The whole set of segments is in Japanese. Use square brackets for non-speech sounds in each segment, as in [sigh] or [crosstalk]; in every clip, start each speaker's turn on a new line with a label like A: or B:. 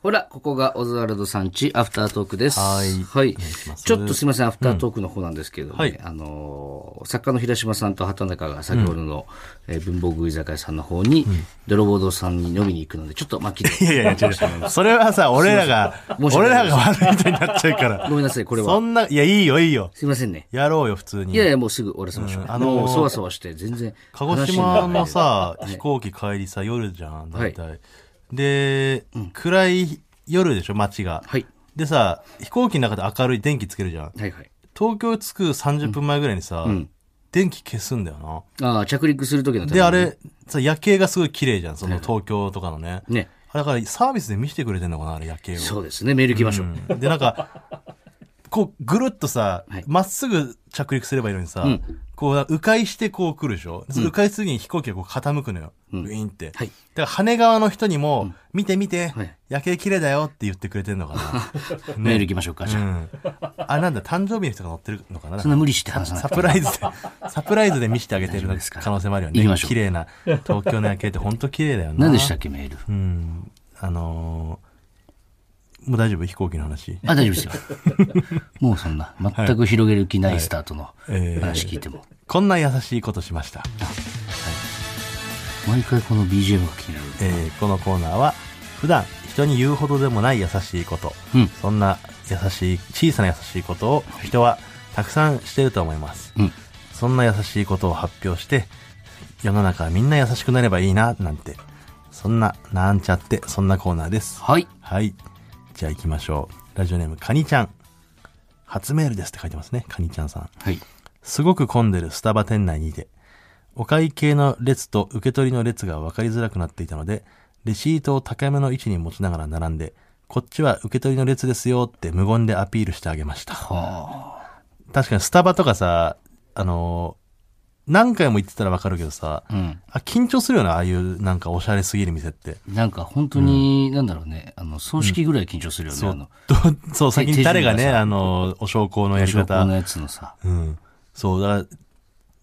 A: ほら、ここがオズワルドさんち、アフタートークです。
B: はい
A: はい
B: お願いしま。す
A: ちょっとすみません、アフタートークの方なんですけれどもね、
B: うんはい
A: あのー、作家の平島さんと畑中が先ほどの、えー文房具居酒屋さんの方に、泥棒堂さんに飲みに行くので、ちょっと
B: [laughs]
A: 巻き
B: いやい
A: で。
B: やいや、違う。それはさ、俺らが、
A: 申し訳
B: 俺
A: ない
B: ら
A: で
B: が悪い人になっちゃうから。
A: ごめんなさい、これ
B: そ
A: は。
B: んな、いや、いいよ、いいよ。
A: すみませんね。
B: やろうよ、普通に。
A: いやいや、もうすぐ終わらせましょう。
B: うん
A: あ
B: あ
A: の
B: のー
A: もう、そわそわして、全然。
B: 鹿児島のさ、飛行機帰りさ、夜じゃん、大体。で、暗い夜でしょ、街が。
A: はい
B: でさ、飛行機の中で明るい電気つけるじゃん。
A: はいはい。
B: 東京着く30分前ぐらいにさ、電気消すんだよな。
A: ああ、着陸する時のために
B: で、あれ、さ、夜景がすごい綺麗じゃん、その東京とかのね。
A: ね。
B: あだからサービスで見せてくれてんのかな、あれ夜景を。
A: そうですね、メール行きましょう。
B: うんでなんかこうぐるっとさ
A: はい
B: ま、っすぐ着陸すればいいのにさ、
A: ん
B: こう迂回してこう来るでしょ、う迂回する時に飛行機がこう傾くのよ、ウィーンって、
A: はい
B: だから羽側の人にも、見て見て、
A: はい
B: 夜景綺麗だよって言ってくれてんのか
A: メール行きましょうか、じ [laughs] ゃ
B: な、う
A: あ。
B: ん、あなんだ誕生日の人が乗ってるのかな
A: そんな無理して話さな
B: サ
A: くて
B: プライ
A: [laughs]
B: ズで、サプライズで見せてあげてる
A: 大丈夫ですか
B: 可能性もあるよ
A: 行き
B: ね
A: まし。ょう
B: 綺麗な、東京の夜景って本当綺麗だよな。
A: 何でしたっけ、メール。
B: うん。あのーもう大丈夫飛行機の話。
A: あ、大丈夫ですよ。もうそんな、全く広げる気ないスタートの
B: えー
A: 話聞いても。
B: こんな優しいことしました。
A: 毎回この BGM が気になる。
B: えーこのコーナーは、普段人に言うほどでもない優しいこと。
A: うん
B: そんな優しい、小さな優しいことを人はたくさんしてると思います。
A: うん。
B: そんな優しいことを発表して、世の中はみんな優しくなればいいな、なんて。そんな、なんちゃって、そんなコーナーです。
A: はい。
B: はい。じゃあ行きましょう。ラジオネーム、カニちゃん。初メールですって書いてますね。カニちゃんさん。
A: はい。
B: すごく混んでるスタバ店内にいて、お会計の列と受け取りの列が分かりづらくなっていたので、レシートを高めの位置に持ちながら並んで、こっちは受け取りの列ですよって無言でアピールしてあげました。
A: はあ。
B: 確かにスタバとかさ、あのー何回も行ってたら分かるけどさ、
A: うん。
B: あ緊張するよな、ああいうなんかおしゃれすぎる店って。
A: なんか本当に、なんだろうね、あの、葬式ぐらい緊張するよね、
B: そ
A: あの
B: う、どそう、先に誰が
A: 手
B: ね、
A: 順がさ
B: あのー、お焼香のやり
A: 証拠
B: 方
A: の。やつのさ。
B: うん。そう、だから、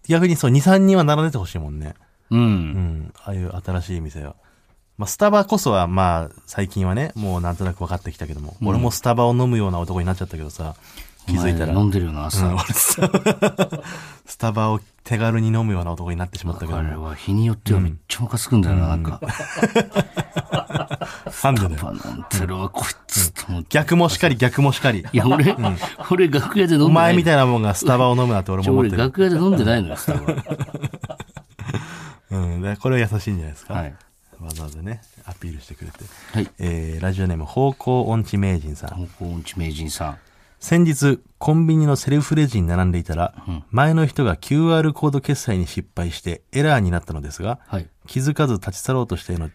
B: 逆にそう、2、3人は並んでてほしいもんね。
A: う。
B: うんん、ああいう新しい店は。まあ、スタバこそは、まあ、最近はね、もうなんとなく分かってきたけども、俺もスタバを飲むような男になっちゃったけどさ、気づいたら。
A: お前
B: うん
A: 飲んでるよな、朝。
B: 俺スタバ [laughs] スタバを手軽に飲むような男になってしまったけど
A: あれ
B: も。
A: は日によってはめっちゃムカつくんだよな、なんか。パ
B: なんでだ
A: な
B: よ。
A: んてろ、こいつと思って。
B: 逆もしかり、逆もしかり。
A: いや、俺、俺楽屋で飲んでない。
B: お前みた
A: い
B: いなもんがスタバを飲むなって俺も思っ
A: 俺
B: てる。
A: 楽屋で飲んでないのよ、スタバ
B: うん、だからこれ [laughs] は優しいんじゃないですか。
A: はい。
B: わざわざね、アピールしてくれて。
A: はい。
B: えー、ラジオネーム、方向音痴名人さん。
A: 香港音痴名人さん。
B: 先日コンビニのセルフレジに並んでいたら、前の人が QR コード決済に失敗してエラーになったのですが、
A: はい。
B: 気づかず立ち去ろうとしていのい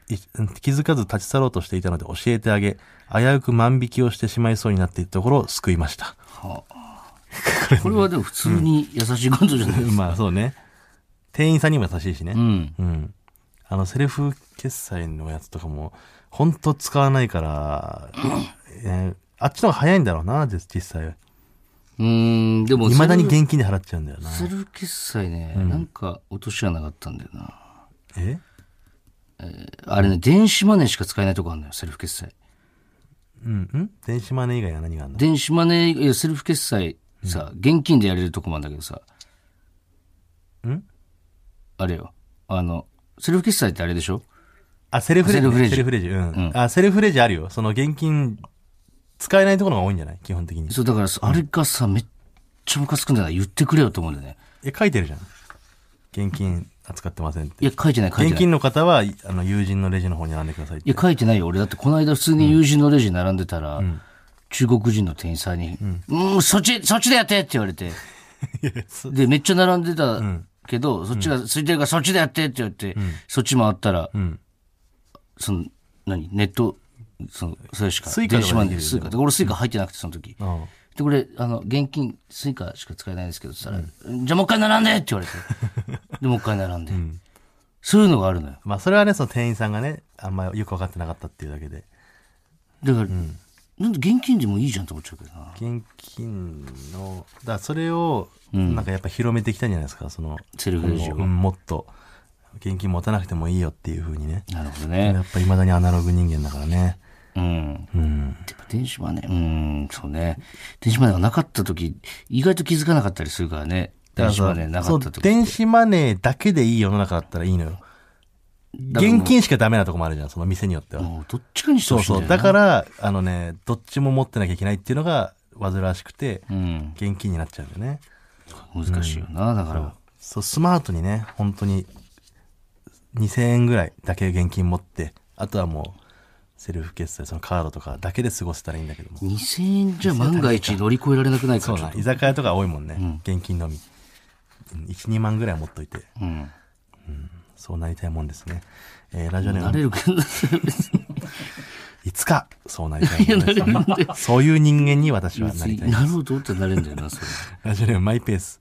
B: 気づかず立ち去ろうとしていたので教えてあげ危うく万引きをしてしまいそうになっていたところを救いました
A: これはでも普通に優しいことじゃないですか。
B: まあそうね店員さんにも優しいしね
A: うん。
B: うん、あのセルフ決済のやつとかもほんと使わない [coughs] から、えーあっちの方が早いんだろうな実実際
A: [laughs] うーん、でも、
B: いまだに現金で払っちゃうんだよな
A: セルフ決済ね、なんか落とし穴があったんだよな。
B: え
A: あれね、電子マネーしか使えないとこあるのよ、セルフ決済。
B: うん、ん電子マネー以外は何があるの
A: 電子マネー、いやセルフ決済さ、現金でやれるとこもあるんだけどさ。
B: ん
A: あれよ。あの、セルフ決済ってあれでしょ
B: あ、セルフレジ、
A: セルフレジ
B: セルフレジ。うん。あ、セルフレジあるよ。その現金、使えないところが多いんじゃない基本的に。
A: そう、だからさ、あれがさ、めっちゃムカつくんだよな。言ってくれよと思うんだよね。
B: え、書いてるじゃん。現金扱ってませんっ
A: い
B: て。
A: や、書いてない、書いて
B: 現
A: ない。
B: 金の方は、あの、友人のレジの方に並んでくださいっ
A: い
B: て。
A: や、書いてないよ。俺、だってこの間普通に友人のレジに並んでたら、中国人の店員さんに、うん、ん、そっち、そっちでやってって言われて。
B: いや [laughs] そ
A: で、めっちゃ並んでたけど、そっちが空いてるからそっちでやってって言われて、そっち回ったら、
B: ん
A: その、何ネット、その、それしか。
B: スイカとか
A: 電子マネー
B: できるよ
A: スイカ。で俺スイカ入ってなくて、その時。
B: うん。
A: で、これ、あの、現金、スイカしか使えないんですけど、つったら、じゃあもう一回並んでって言われ
B: [laughs]
A: て。で、もう一回並んで。そういうのがあるのよ。
B: まあ、それはね、その店員さんがね、あんまよく分かってなかったっていうだけで。
A: だから、なんで現金でもいいじゃんと思っちゃうけどな。
B: 現金の、だからそれを、なんかやっぱ広めていきたいんじゃないですか、その、
A: セルフレジを
B: 今後うんもっと、現金持たなくてもいいよっていうふうにね。
A: なるほど
B: や
A: ね。
B: っぱ未だにアナログ人間だからね。
A: うん。
B: うん。
A: でも電子マネー、うん、そうね。電子マネーがなかった時、意外と気づかなかったりするからね。電子マネーなかった
B: そう
A: 時。
B: 電子マネーだけでいい世の中だったらいいのよ。現金しかダメなとこもあるじゃん、その店によっては。
A: もうどっちかにして
B: そ
A: ほ
B: う
A: しいん
B: そ
A: だ
B: う。
A: よな
B: だから、あのね、どっちも持ってなきゃいけないっていうのが煩わしくて、
A: うん。
B: 現金になっちゃうんだよね。
A: 難しいよな、だから。
B: そう、スマートにね、本当に、2000円ぐらいだけ現金持って、あとはもう、セルフ決済、そのカードとかだけで過ごせたらいいんだけども。
A: 2000円じゃ万が一乗り越えられなくない
B: そ
A: か
B: う
A: ちょ
B: な
A: っ、と
B: 居酒屋とか多いもんね、現金のみ。うん1、2万ぐらい持っといて、
A: うん。
B: そうなりたいもんですね。えーラジオネー
A: な
B: ム
A: れるけど、
B: いつかそうなり [laughs] たいもんですね。そういう人間に私はなりたい。
A: なるほどってなれるんだよな、それ。
B: ラジオネームマイペース。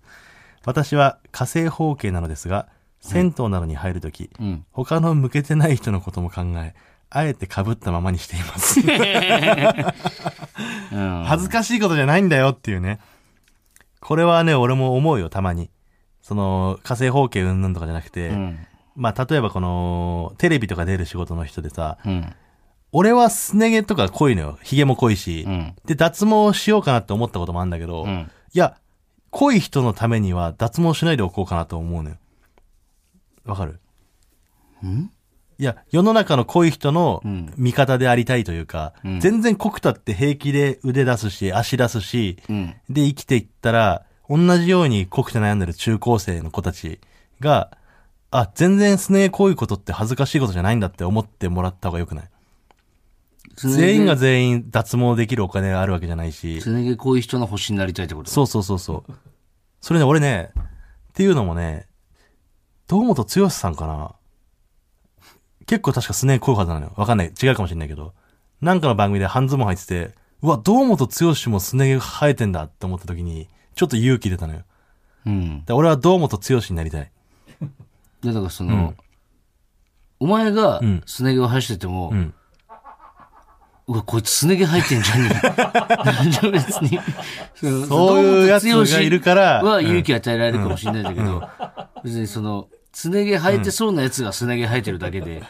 B: 私は火星方形なのですが、銭湯などに入るとき、
A: うん。
B: 他の向けてない人のことも考え、あえて被ったままにしてい [laughs] ます。
A: うん。
B: 恥ずかしいことじゃないんだよっていうね。これはね、俺も思うよ、たまに。その、火星方形うんぬんとかじゃなくて、
A: うん。
B: まあ、例えばこの、テレビとか出る仕事の人でさ、
A: うん。
B: 俺はすね毛とか濃いのよ。髭も濃いし。
A: うん。
B: で、脱毛しようかなって思ったこともあるんだけど、
A: う
B: い
A: ん。
B: や、濃い人のためには脱毛しないでおこうかなと思うのよ。わかる
A: うん
B: いや、世の中の濃い人の
A: うん
B: 味方でありたいというか、
A: うん
B: 全然濃くたって平気で腕出すし、足出すし、
A: うん。
B: で生きていったら、同じように濃くて悩んでる中高生の子たちが、あ、全然すね毛濃いことって恥ずかしいことじゃないんだって思ってもらった方がよくない全員が全員脱毛できるお金があるわけじゃないし。
A: つなげこういう人の星になりたいってこと
B: そうそうそうそう。それね、俺ね、っていうのもね、堂本剛さんかな結構確かスネー濃いはずなのよ。わかんない。違うかもしれないけど。なんかの番組で半ズボン入ってて、うわ、堂本剛もスネ毛生えてんだって思った時に、ちょっと勇気出たのよ。
A: うん。
B: で俺は堂本剛になりたい。
A: いや、だからその、
B: うん
A: お前が
B: ん
A: すね毛を生やしてても、
B: う。
A: うんわ、こいつすね毛生えてん
B: [laughs]
A: じゃねえ別に。そ
B: そういうやつがいるから
A: は勇気与えられるかもしれないんだけど、別にその、すね毛生えてそうなやつがすね毛生えてるだけで、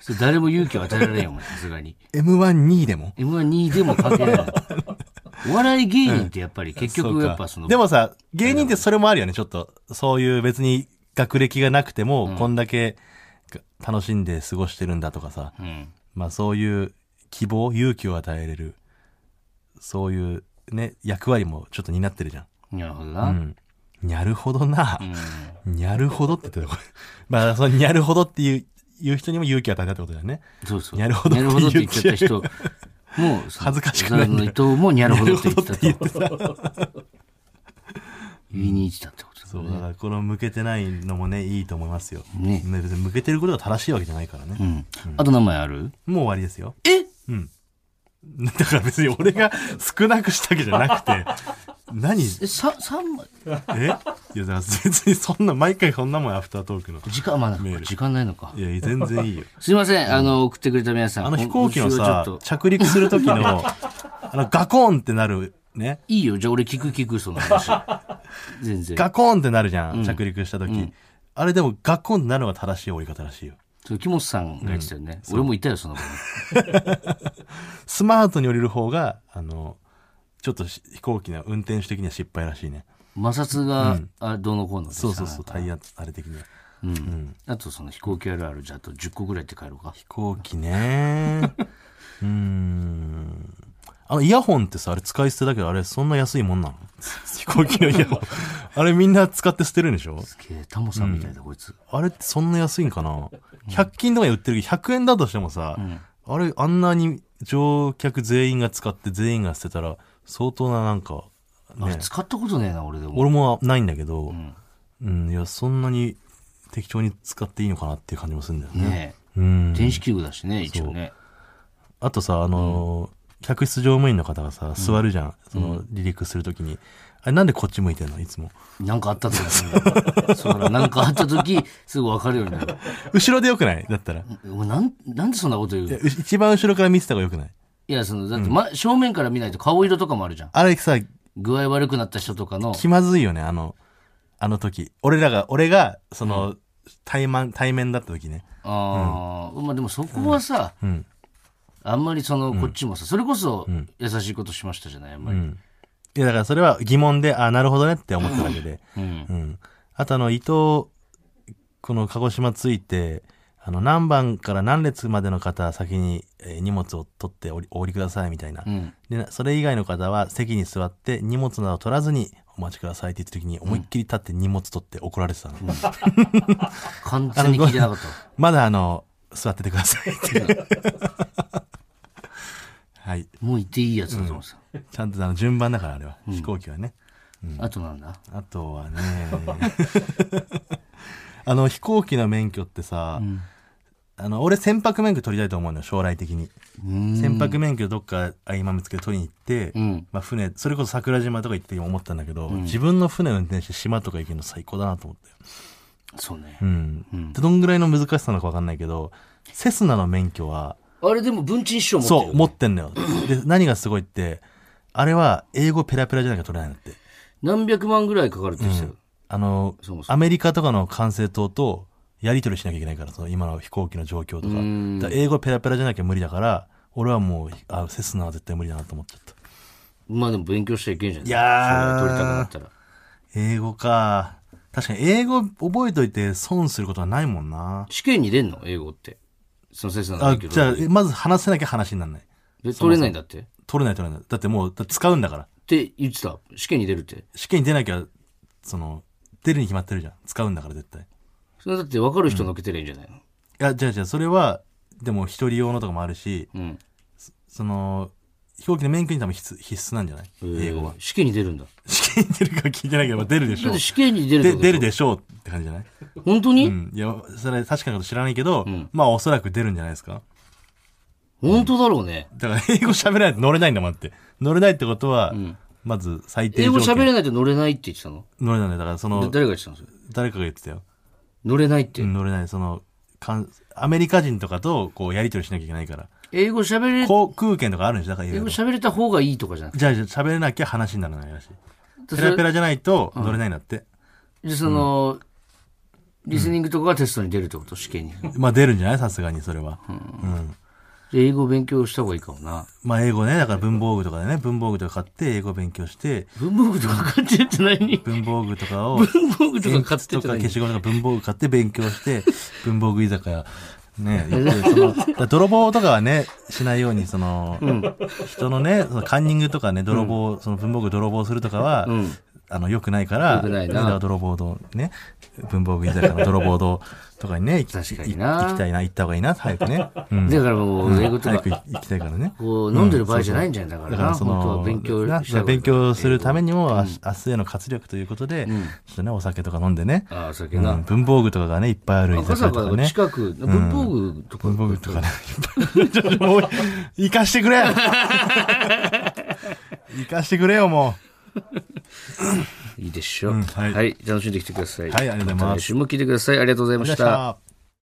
A: それ誰も勇気を与えられないよ、お前さすがに。
B: M12 でも
A: M12 でも関係ない。お笑い芸人ってやっぱり結
B: そう
A: 局
B: か
A: やっぱその、
B: でもさ、芸人ってそれもあるよね、ちょっと。そういう別に学歴がなくても、こんだけ楽しんで過ごしてるんだとかさ。
A: うん、
B: まあそういう希望、勇気を与えれる、そういうね、役割もちょっと担ってるじゃん。
A: なるほど
B: う
A: な。
B: ん。にゃるほどな。
A: うん。
B: にゃるほどって言ってたよこれ。 [laughs] まあそのにゃるほどっていう、いう人にも勇気を与えたってことだよね。
A: そうそう。
B: にゃるほどって
A: って言っちゃった人、もう、
B: 恥ずかしくないんだ
A: の伊藤もにゃるほどって
B: [laughs]
A: 言ってたと。言いに行ってたってことだ
B: そう、だからこの向けてないのもね、いいと思いますよ。
A: ね。
B: ね別に向けてることが正しいわけじゃないからね
A: う。ん。あと何枚ある
B: もう終わりですよ。
A: え
B: [laughs] だから別に俺が少なくしたわけじゃなくて、 [laughs] 何
A: え、さ、三枚
B: えいや、だから別にそんな、毎回そんなもんアフタートークの。
A: 時間、まあ
B: メール
A: 時間ないのか
B: い。や、全然いいよ。
A: すいません、あの、送ってくれた皆さん。
B: あの飛行機の
A: 今週は
B: さ
A: ちょっ、と
B: 着陸す
A: [laughs]
B: る時の、あの、ガコーンってなる、ね。
A: いいよ、じゃあ俺聞く聞く、その
B: [laughs]
A: 話。全然。
B: ガコーンってなるじゃん、着陸した時、あれでも、ガコーンってなるのが正しい折り方らしいよ。
A: そう、木本さんが言ってたよね。俺もいたよ、その場に。
B: スマートに降りる方が、あの、ちょっとし飛行機の運転手的には失敗らしいね。
A: 摩擦が、あどうのこうのでさ
B: そうそうそう、タイヤ、あれ的には。
A: うんあとその飛行機あるあるじゃああと10個ぐらいって帰ろうか
B: 飛行機ね [laughs] うーん。あの、イヤホンってさ、あれ使い捨てだけど、あれそんな安い
A: [laughs]
B: もんなの飛行機のイヤホン。あれみんな使って捨てるんでしょ
A: すげえタモさんみたいだ、こいつ
B: あれってそんな安いんかな ?100 均とかで売ってるけど、100円だとしてもさ、
A: ん
B: あれ、あんなに乗客全員が使って全員が捨てたら、相当ななんか、
A: あれ
B: ね、
A: 使ったことねえな俺でも
B: 俺もないんだけど、うんん、いや、そんなに適当に使っていいのかなっていう感じもするんだよね。
A: ね
B: う
A: え
B: ん。
A: 電子器具だしね一応ね
B: あとさ、あのー客室乗務員の方がさ、座るじゃん。その、離陸するときに。あれ、なんでこっち向いてんのいつも。
A: なんかあった時 [laughs] にそうだなんかあった時すぐ分かるようになる
B: 後ろでよくないだったら。い
A: 俺なんなんでそんなこと言うの
B: や
A: いう
B: 一番後ろから見てた方がよくない
A: やそのだって、ま、正面から見ないと顔色とかもあるじゃん
B: あれさ、
A: 具合悪くなった人とかの
B: 気まずいよね、あの、あの時。俺らが、俺が、その、対面、対面だった時ね。
A: あー、まあでもそこはさ、
B: うん。
A: あんまりその、こっちもさ、それこそ優しいことしましたじゃない、あんまり。
B: いや、だからそれは疑問で、ああ、なるほどねって思っただけで。
A: うん。
B: うん。あとあの、伊藤、この鹿児島着いて、あの、何番から何列までの方先に、えー荷物を取っておりお降りくださいみたいな
A: う。ん。
B: で、なそれ以外の方は席に座って荷物など取らずにお待ちくださいって言った時に思いっきり立って荷物取って怒られてたの。
A: 完全に聞いてなかった。
B: まだあの、座っててくださ
A: [laughs]
B: いって。はい。
A: もういていいやつだと思ってた。
B: ちゃんとあの順番だからあれは、飛行機はね。
A: あとなんだ
B: あとはね、 [laughs] あの飛行機の免許ってさ、あの俺船舶免許取りたいと思うのよ将来的に。
A: うん。
B: 船舶免許どっか合間見つけて取りに行って、
A: うん。
B: まあ船、それこそ桜島とか行って思ったんだけど、自分の船運転して島とか行けるの最高だなと思ったよ。
A: そうね
B: う。ん。
A: うん
B: でどんぐらいの難しさなのかわかんないけど、セスナの免許は、
A: あれでも文鎮師匠持ってるよ
B: そ
A: ね
B: う、持ってんのよ。で、何がすごいって、あれは英語ペラペラじゃなきゃ取れないんだって。
A: 何百万ぐらいかかるって言ってたよ。
B: あの
A: そもそ
B: アメリカとかの管制塔とやり取りしなきゃいけないから、その今の飛行機の状況とか。
A: ん
B: だから英語ペラペラじゃなきゃ無理だから、俺はもう、あセスナは絶対無理だなと思っちゃった。
A: まあでも勉強しちゃいけんじゃない
B: いやー
A: それ取りたくなったら。
B: 英語か。確かに英語覚えといて損することはないもんな。
A: 試験に出んの英語って。その先生な
B: あ
A: んだけ
B: じゃあ
A: ど。、
B: えまず話せなきゃ話にならない。
A: で取れないんだってっ
B: 取れない取れない。だってもう、だって使うんだから。
A: て言ってた。試験に出るって。
B: 試験に出なきゃ、その、出るに決まってるじゃん。使うんだから絶対。い
A: それだって分かる人乗っけてりゃいいんじゃないの
B: や、じゃあじゃあ、それは、でも一人用のとかもあるし、
A: うん。
B: その、飛行機の免許に多分必須必須なんじゃない英語は [laughs]
A: えー。試験に出るんだ。
B: 試験に出るか聞いてないけど、まあ出るでし
A: だっ
B: ょう
A: て。試験に出るって
B: で、
A: こと
B: 出るでしょうって感じじゃない
A: 本当
B: う
A: に
B: ん。いや、それ確かなこと知らないけど、まあおそらく出るんじゃないですか。
A: 本当だろうね。
B: だから英語喋れないと乗れないんだもんだって。乗れないってことは、まず最低
A: 英
B: 条
A: 語
B: 件。
A: 喋れないと乗れないって言ってたの
B: 乗れないんだよだからそ
A: で
B: の、
A: 誰が言ってたのそれ
B: 誰かが言ってたよ。
A: 乗れないって。
B: 乗れない、その、かんアメリカ人とかと、こう、やりとりしなきゃいけないから。
A: 英語喋れ、
B: 航空券とかあるんでしょだから英
A: 英
B: 語
A: 語。喋れた方がいいとかじゃなく
B: じゃあ、じゃあ喋れなきゃ話にならないらしい。
A: て。
B: ペラ
A: そ
B: ペ
A: れ
B: ラじゃないと乗れないんだって。
A: で、その、リスニングとかがテストに出るってこと試験に。
B: まあ出るんじゃないさすがにそれは。うん。
A: 英語勉強した方がいいかもな。
B: まあ英語ね、だから文房具とかでね、文房具とか買って英語勉強して、
A: 文房具とか買ってって何
B: 文房具とかを、
A: 文房具とか買って
B: と
A: って
B: か
A: 何
B: 消しゴムとか文房具買って勉強して、文房具居酒屋、
A: [laughs]
B: ね、行って、その、だから泥棒とかはね、しないように、その、人のね、そのカンニングとかね、泥棒、その文房具泥棒するとかは、あの、良くないから、
A: 良くないな
B: ねだから泥棒堂、ね、文房具居酒屋の泥棒堂とかにね、行き
A: 確かにな
B: 行きたいな、行った方がいいな、早くね。うん。
A: だからもう、英語と
B: 早
A: か
B: く、行きたいからね。
A: こう、飲んでる場合じゃないんじゃないだから
B: だから
A: な。
B: そ
A: 本当
B: の
A: は勉強
B: な
A: した方がいい
B: 勉強するためにも、あ明日への活力ということで、ちょっとねお酒とか飲んでね、
A: ああ、酒
B: う
A: な。
B: ん文房具とかがねいっぱいある居
A: 赤
B: 酒屋と
A: 坂
B: か
A: の
B: ね
A: 近く、文房具とか、
B: 文房具とかね [laughs] いっぱいあるもう生かしてくれ生かしてくれよも
A: いいでしょう。
B: うんは
A: はいい、楽しんできてください。
B: はいありがとうござ
A: た
B: います
A: 来週も聞いてください。ありがとうございうま
B: ありが
A: し
B: とうござい
A: た
B: ま。した